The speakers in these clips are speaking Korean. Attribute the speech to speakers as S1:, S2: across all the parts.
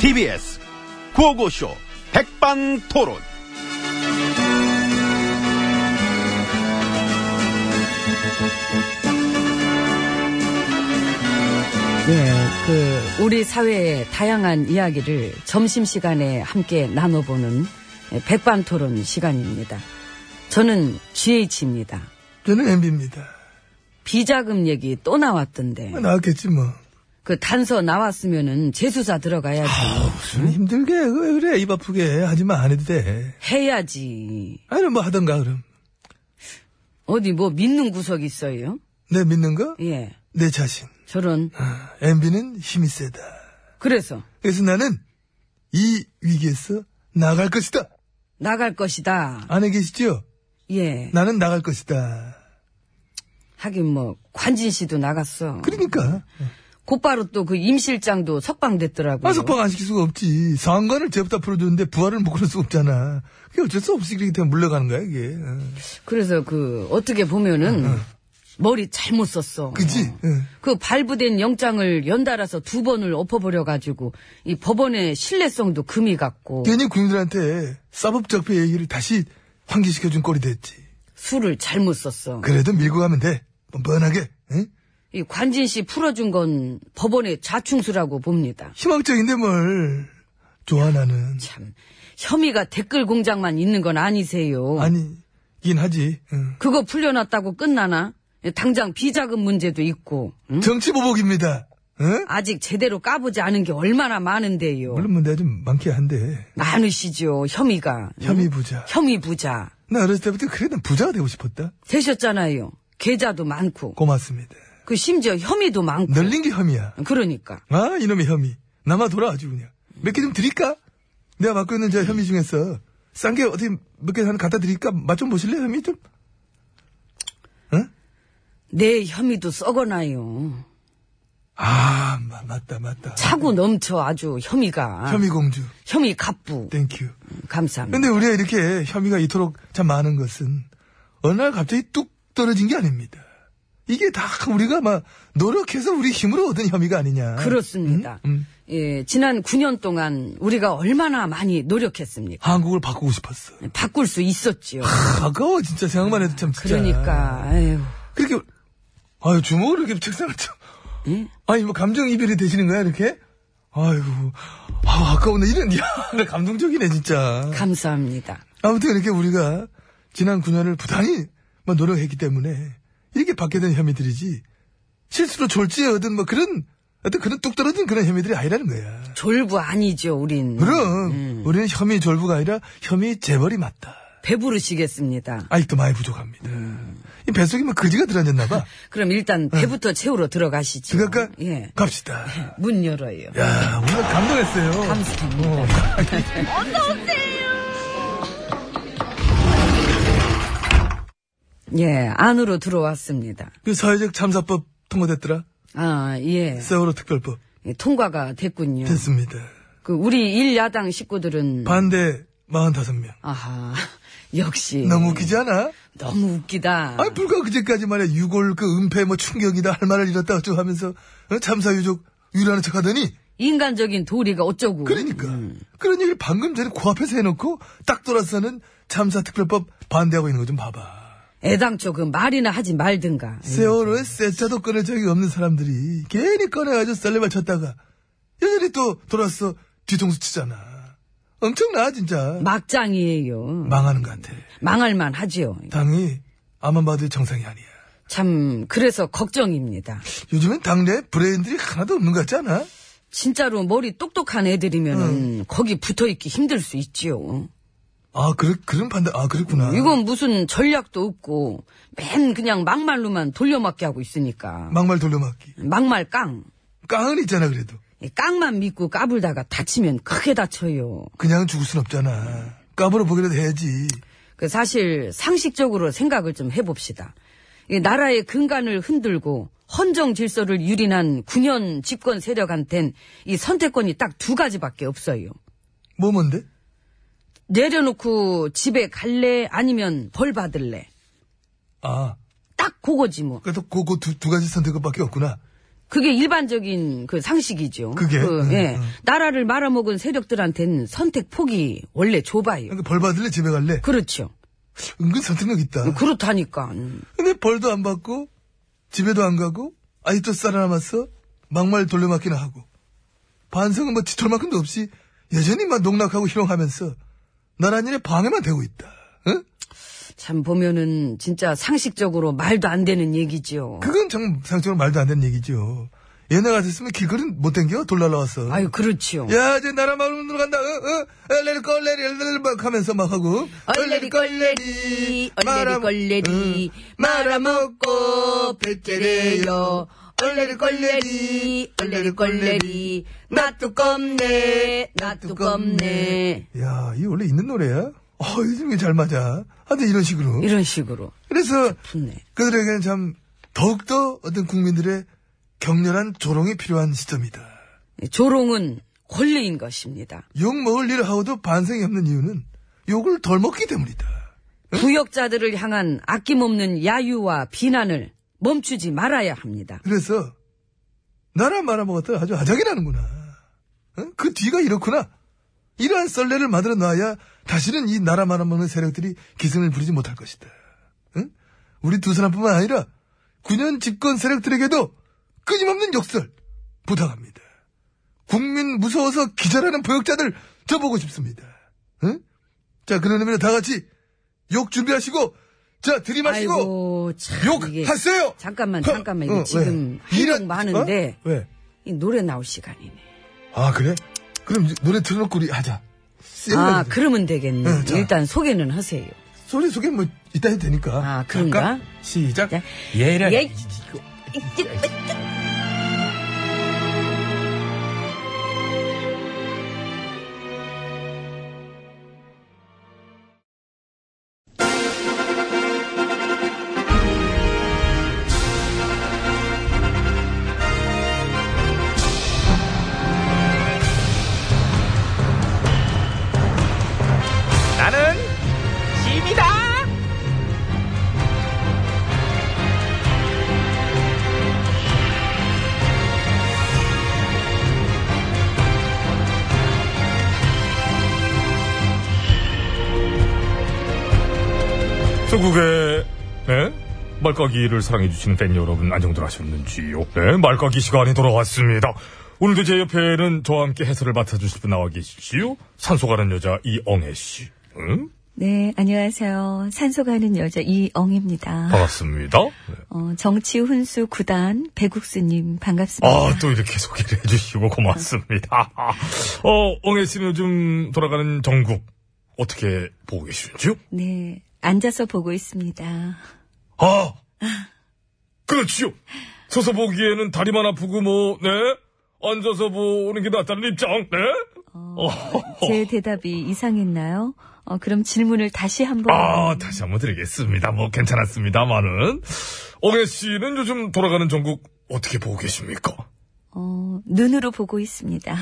S1: TBS 구호고쇼 백반토론.
S2: 네, 그 우리 사회의 다양한 이야기를 점심 시간에 함께 나눠보는 백반토론 시간입니다. 저는 GH입니다.
S3: 저는 MB입니다.
S2: 비자금 얘기 또 나왔던데
S3: 나왔겠지 뭐.
S2: 그 단서 나왔으면은 재수사 들어가야지
S3: 무슨 힘들게 왜 그래 입 아프게 하지만 안 해도 돼.
S2: 해야지
S3: 아니 뭐 하던가 그럼.
S2: 어디 뭐 믿는 구석이 있어요?
S3: 내 믿는 거?
S2: 예
S3: 내 자신.
S2: 저런
S3: MB는 힘이 세다.
S2: 그래서
S3: 그래서 나는 이 위기에서 나갈 것이다.
S2: 나갈 것이다
S3: 안에 계시죠?
S2: 예
S3: 나는 나갈 것이다.
S2: 하긴 뭐 관진 씨도 나갔어
S3: 그러니까
S2: 곧바로 또 그 임실장도 아, 석방됐더라고요
S3: 마석방 안 시킬 수가 없지. 상관을 죄부터 풀어줬는데 부활을 못 그럴 수 없잖아. 그게 어쩔 수 없이 그렇게 되면 물러가는 거야 이게. 어.
S2: 그래서 그 어떻게 보면은 머리 잘못 썼어
S3: 그지? 응.
S2: 그 발부된 영장을 연달아서 두 번을 엎어버려가지고 이 법원의 신뢰성도 금이 갔고
S3: 괜히 국민들한테 사법적폐 얘기를 다시 환기시켜준 꼴이 됐지.
S2: 술을 잘못 썼어.
S3: 그래도 밀고 가면 돼. 뻔뻔하게. 응?
S2: 이 관진 씨 풀어준 건 법원의 자충수라고 봅니다.
S3: 희망적인데 뭘. 좋아, 나는.
S2: 참 혐의가 댓글 공장만 있는 건 아니세요.
S3: 아니긴 하지. 응.
S2: 그거 풀려났다고 끝나나? 당장 비자금 문제도 있고 응?
S3: 정치보복입니다. 응?
S2: 아직 제대로 까보지 않은 게 얼마나 많은데요.
S3: 물론 뭐 내가 좀 많긴 한데.
S2: 많으시죠 혐의가. 응?
S3: 혐의 부자.
S2: 혐의 부자
S3: 나 어렸을 때부터 그래, 난 부자가 되고 싶었다.
S2: 되셨잖아요. 계좌도 많고
S3: 고맙습니다.
S2: 그 심지어 혐의도 많고
S3: 널린 게 혐의야.
S2: 그러니까
S3: 아, 이놈의 혐의. 남아 돌아 아주 그냥. 몇 개 좀 드릴까? 내가 맡고 있는 저 혐의 중에서 싼 게 어떻게 몇 개 하나 갖다 드릴까? 맛 좀 보실래, 혐의 좀? 응?
S2: 내 혐의도 썩어나요.
S3: 아, 마- 맞다, 맞다.
S2: 차고 넘쳐 아주 혐의가. 혐의,
S3: 혐의공주.
S2: 갑부.
S3: 땡큐.
S2: 감사합니다.
S3: 근데 우리가 이렇게 혐의가 이토록 참 많은 것은 어느 날 갑자기 뚝 떨어진 게 아닙니다. 이게 다 우리가 막 노력해서 우리 힘으로 얻은 혐의가 아니냐.
S2: 그렇습니다.
S3: 음, 음.
S2: 예, 지난 9년 동안 우리가 얼마나 많이 노력했습니까?
S3: 한국을 바꾸고 싶었어.
S2: 바꿀 수 있었지요.
S3: 아까워 진짜 생각만 해도 참 진짜.
S2: 그러니까, 아유.
S3: 그렇게 아유 주먹으로 이렇게 책상을 참.
S2: 예?
S3: 아니 뭐 감정 이별이 되시는 거야 이렇게? 아이고 아 아까운데 이런 야 감동적이네 진짜.
S2: 감사합니다.
S3: 아무튼 이렇게 우리가 지난 9년을 부단히 뭐 노력했기 때문에 이렇게 받게 된 혐의들이지 실수로 졸지에 얻은 뭐 그런 어떤 그런 뚝 떨어진 그런 혐의들이 아니라는 거야.
S2: 졸부 아니죠, 우린.
S3: 그럼
S2: 음.
S3: 우리는 혐의 졸부가 아니라 혐의 재벌이 맞다.
S2: 배부르시겠습니다.
S3: 아직도 많이 부족합니다.
S2: 음.
S3: 이 뱃속에 뭐 그지가 들어앉았나 봐.
S2: 그럼 일단 배부터 채우러 들어가시죠.
S3: 어. 그럴까?
S2: 예.
S3: 갑시다.
S2: 문 열어요.
S3: 야, 오늘 감동했어요.
S2: 감사합니다. 예, 안으로 들어왔습니다.
S3: 그 사회적 참사법 통과됐더라.
S2: 아, 예.
S3: 세월호 특별법
S2: 예, 통과가 됐군요.
S3: 됐습니다.
S2: 그 우리 일야당 식구들은
S3: 반대 45명.
S2: 아하. 역시
S3: 너무 웃기지 않아?
S2: 너무 웃기다.
S3: 아니 불과 그제까지 말이야 유골 그 은폐 뭐 충격이다 할 말을 잃었다 어쩌고 하면서 어? 참사 유족 유라는 척하더니
S2: 인간적인 도리가 어쩌고.
S3: 그러니까 그런 얘기를 방금 전에 코앞에서 해놓고 딱 돌아서는 참사 특별법 반대하고 있는 거 좀 봐봐
S2: 애당초 그 말이나 하지 말든가.
S3: 네. 세월호에 세자도 꺼낼 적이 없는 사람들이 괜히 꺼내가지고 썰레발 쳤다가 여전히 또 돌아서 뒤통수 치잖아 엄청나 진짜
S2: 막장이에요.
S3: 망하는 것 같아
S2: 망할만 하지요.
S3: 당이 아만 봐도 정상이 아니야
S2: 참 그래서 걱정입니다.
S3: 요즘엔 당내 브레인들이 하나도 없는 것 같지 않아?
S2: 진짜로 머리 똑똑한 애들이면은
S3: 음.
S2: 거기 붙어 있기 힘들 수 있지요.
S3: 아, 그래, 그런 판단, 아, 그랬구나.
S2: 이건 무슨 전략도 없고 맨 그냥 막말로만 돌려막기 하고 있으니까
S3: 막말 돌려막기.
S2: 막말 깡
S3: 깡은 있잖아, 그래도.
S2: 이 깡만 믿고 까불다가 다치면 크게 다쳐요.
S3: 그냥 죽을 순 없잖아. 까불어 보기라도 해야지.
S2: 그 사실 상식적으로 생각을 좀 해봅시다. 이 나라의 근간을 흔들고 헌정 질서를 유린한 9년 집권 세력한텐 이 선택권이 딱 두 가지밖에 없어요.
S3: 뭐 뭔데?
S2: 내려놓고 집에 갈래 아니면 벌 받을래.
S3: 아,
S2: 딱 그거지 뭐.
S3: 그래도 그, 그 두, 두 가지 선택밖에 없구나.
S2: 그게 일반적인 그 상식이죠.
S3: 그게? 음,
S2: 예.
S3: 음.
S2: 나라를 말아먹은 세력들한테는 선택 폭이 원래 좁아요.
S3: 그러니까 벌 받을래 집에 갈래
S2: 그렇죠.
S3: 은근 선택력 있다
S2: 뭐 그렇다니까. 음.
S3: 근데 벌도 안 받고 집에도 안 가고 아직도 살아남았어 막말 돌려막기나 하고 반성은 뭐 지털만큼도 없이 여전히 막 농락하고 희롱하면서 나라 일에 방해만 되고 있다 응?
S2: 참 보면은 진짜 상식적으로 말도 안 되는 얘기지요.
S3: 그건 참 상적으로 말도 안 되는 얘기죠 얘네 같았으면 길거리는 못 댕겨 돌 날라왔어
S2: 아유 그렇지요.
S3: 야, 이제 나라 마을로 들어간다. 어, 어, 얼레리 꼴레리, 얼레리 막 하면서 막 하고.
S2: 얼레리 꼴레리, 얼레리 꼴레리,
S3: 어.
S2: 말아먹고 배째래요. 얼레리 꼴레리, 얼레리 꼴레리, 나 두껍네, 나 두껍네.
S3: 야, 이거 원래 있는 노래야? 어, 요즘 이게 잘 맞아. 하여튼 이런 식으로.
S2: 이런 식으로.
S3: 그래서
S2: 좋네.
S3: 그들에게는 참 더욱더 어떤 국민들의 격렬한 조롱이 필요한 시점이다.
S2: 조롱은 권리인 것입니다.
S3: 욕 먹을 일 하고도 반성이 없는 이유는 욕을 덜 먹기 때문이다.
S2: 부역자들을 향한 아낌없는 야유와 비난을 멈추지 말아야 합니다.
S3: 그래서 나라 말아먹었다 아주 아작이라는구나. 응? 그 뒤가 이렇구나. 이러한 썰레를 만들어 놔야 다시는 이 나라 말아먹는 세력들이 기승을 부리지 못할 것이다. 응? 우리 두 사람뿐만 아니라 9년 집권 세력들에게도 끊임없는 욕설 부탁합니다. 국민 무서워서 기절하는 부역자들 저 보고 싶습니다. 응? 자 그런 의미로 다 같이 욕 준비하시고 자 들이마시고
S2: 아이고 참 이게
S3: 욕하세요.
S2: 잠깐만 잠깐만 이거
S3: 어,
S2: 지금
S3: 왜?
S2: 할
S3: 이런-
S2: 동 많은데
S3: 어? 왜?
S2: 이 노래 나올 시간이네.
S3: 아 그래? 그럼 이제 노래 틀어놓고 우리 하자.
S2: 아
S3: 아,
S2: 그러면 되겠네.
S3: 응, 자.
S2: 일단 소개는 하세요.
S3: 소리 소개 뭐 이따 해도 되니까.
S2: 아, 그런가?
S3: 잠깐 시작.
S2: 자.
S1: 예라.
S2: 예.
S1: 나는 짐이다.
S4: 전국의 네? 말까기를 사랑해주시는 팬 여러분 안녕들 하셨는지요? 네, 말까기 시간이 돌아왔습니다. 오늘도 제 옆에는 저와 함께 해설을 맡아주실 분 나와 계시지요? 산소 가는 여자 이엉애 씨. 응?
S5: 네, 안녕하세요. 산소 가는 여자 이엉입니다.
S4: 반갑습니다. 네.
S5: 어, 정치 훈수 구단 배국수님 반갑습니다.
S4: 아, 또 이렇게 소개를 해주시고 고맙습니다. 어, 엉애 씨는 요즘 돌아가는 전국 어떻게 보고 계시는지요?
S5: 네, 앉아서 보고 있습니다.
S4: 아, 그렇지요. 서서 보기에는 다리만 아프고 뭐, 네? 앉아서 보는 게 낫다는 입장, 네? 어.
S5: 제 대답이 이상했나요? 어, 그럼 질문을 다시 한번.
S4: 아, 다시 한번 드리겠습니다. 뭐, 괜찮았습니다만은. 엉애 씨는 요즘 돌아가는 전국 어떻게 보고 계십니까?
S5: 어, 눈으로 보고 있습니다.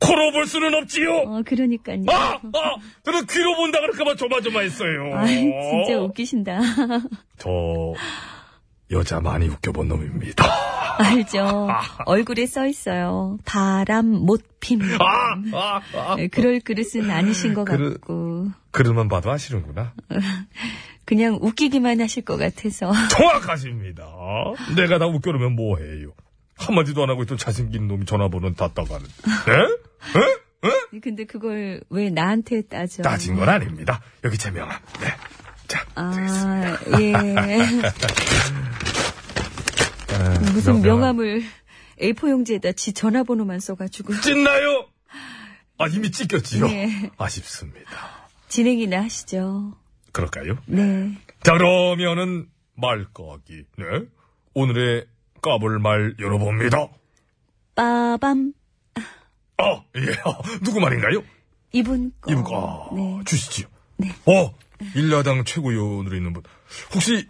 S4: 코로 볼 수는 없지요!
S5: 어, 그러니까요.
S4: 아! 아! 저는 귀로 본다 그럴까봐 조마조마했어요.
S5: 아이, 진짜 웃기신다.
S4: 저, 여자 많이 웃겨본 놈입니다.
S5: 알죠. 얼굴에 써 있어요. 바람 못 핌.
S4: 아! 아! 아!
S5: 네, 그럴 그릇은 아니신 것
S4: 그릇.
S5: 같고.
S4: 그릇만 봐도 아시는구나.
S5: 그냥 웃기기만 하실 것 같아서.
S4: 정확하십니다. 내가 다 웃겨놓으면 뭐해요. 한마디도 안 하고 있던 잘생긴 놈이 전화번호는 다 따가는. 에? 에?
S5: 근데 그걸 왜 나한테 따져?
S4: 따진 건 아닙니다. 여기 제 명함. 네. 자, 드리겠습니다.
S5: 아, 예. 무슨 명함을 A4 용지에다 지 전화번호만 써가지고
S4: 찢나요? 아, 이미 찢겼지요?
S5: 네.
S4: 아쉽습니다.
S5: 진행이나 하시죠.
S4: 그럴까요?
S5: 네.
S4: 자, 그러면은, 말까기. 네. 오늘의 까불 말 열어봅니다.
S5: 빠밤.
S4: 아, 예. 아, 누구 말인가요?
S5: 이분 거.
S4: 이분 거. 아,
S5: 네.
S4: 주시지요. 어, 일야당 최고위원으로 있는 분. 혹시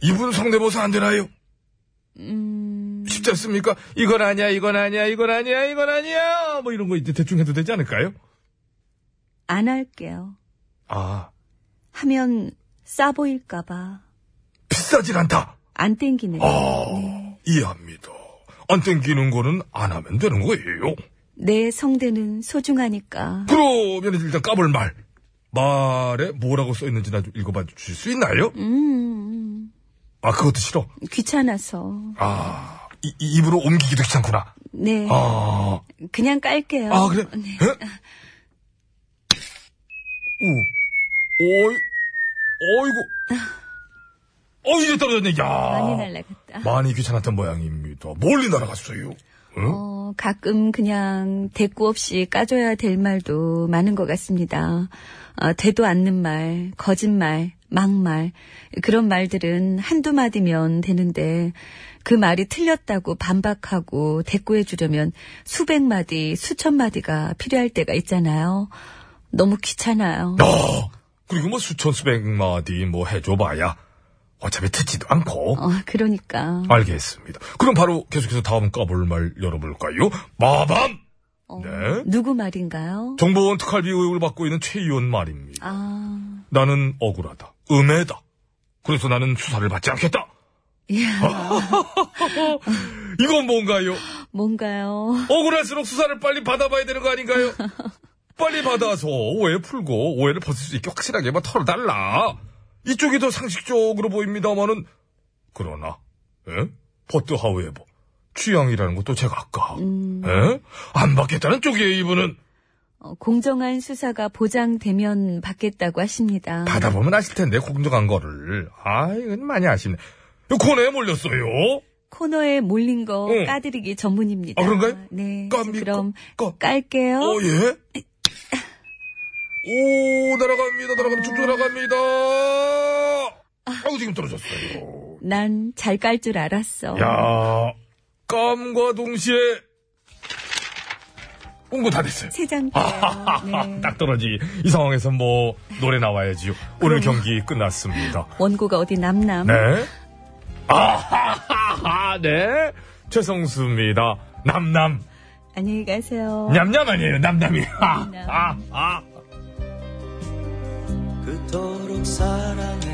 S4: 이분 성대모사 안 되나요?
S5: 음,
S4: 쉽지 않습니까? 이건 아니야, 이건 아니야, 이건 아니야, 이건 아니야. 뭐 이런 거 이제 대충 해도 되지 않을까요?
S5: 안 할게요.
S4: 아,
S5: 하면 싸 보일까봐
S4: 비싸질 않다.
S5: 안 땡기네요.
S4: 아, 이해합니다. 안 땡기는 거는 안 하면 되는 거예요.
S5: 내 성대는 소중하니까.
S4: 그러면 일단 까볼 말. 말에 뭐라고 써있는지 나 좀 읽어봐 주실 수 있나요?
S5: 음,
S4: 아, 그것도 싫어.
S5: 귀찮아서.
S4: 아, 이, 이 입으로 옮기기도 귀찮구나.
S5: 네.
S4: 아,
S5: 그냥 깔게요.
S4: 아, 그래?
S5: 네.
S4: 에?
S5: 어.
S4: 오. 어이, 어이구. 어, 이제 떨어졌네, 야.
S5: 많이 날라갔다.
S4: 많이 귀찮았던 모양입니다. 멀리 날아갔어요. 응?
S5: 어, 가끔 그냥 대꾸 없이 까줘야 될 말도 많은 것 같습니다. 아, 되도 않는 말, 거짓말, 막말 그런 말들은 한두 마디면 되는데 그 말이 틀렸다고 반박하고 대꾸해 주려면 수백 마디, 수천 마디가 필요할 때가 있잖아요. 너무 귀찮아요.
S4: 야, 그리고 뭐 수천 수백 마디 뭐 해줘봐야 어차피 듣지도 않고.
S5: 어, 그러니까.
S4: 알겠습니다. 그럼 바로 계속해서 다음 까볼 말 열어볼까요? 마밤!
S5: 어,
S4: 네.
S5: 누구 말인가요?
S4: 정보원 특활비 의혹을 받고 있는 최 의원 말입니다.
S5: 아,
S4: 나는 억울하다. 음해다. 그래서 나는 수사를 받지 않겠다. 이건 뭔가요?
S5: 뭔가요?
S4: 억울할수록 수사를 빨리 받아봐야 되는 거 아닌가요? 빨리 받아서 오해 풀고 오해를 벗을 수 있게 확실하게만 뭐 털어달라. 이쪽이 더 상식적으로 보입니다만은 그러나 예? 버트 하우에버 취향이라는 것도 제가 아까
S5: 음.
S4: 예? 안 받겠다는 쪽이에요 이분은
S5: 어, 공정한 수사가 보장되면 받겠다고 하십니다.
S4: 받아보면 아실 텐데 공정한 거를 아 이건 많이 아쉽네 코너에 몰렸어요
S5: 코너에 몰린 거
S4: 어.
S5: 까드리기 전문입니다.
S4: 아, 그런가요?
S5: 네.
S4: 깜비-
S5: 그럼
S4: 까-
S5: 깔게요.
S4: 어, 예? 오, 날아갑니다, 날아갑니다, 쭉쭉 날아갑니다. 아우, 지금 떨어졌어요.
S5: 난 잘 깔 줄 알았어.
S4: 야 깜과 동시에 온 거 다 됐어요.
S5: 세 장 빼요. 네.
S4: 딱 떨어지. 이 상황에서 뭐, 노래 나와야지요. 오늘 경기 끝났습니다.
S5: 원고가 어디 남남.
S4: 네. 아하하하, 네. 최성수입니다. 남남.
S5: 안녕히 가세요.
S4: 냠냠 아니에요, 남남이. 아,
S5: 냠냠.
S4: 아, 아.
S1: 그토록 사랑해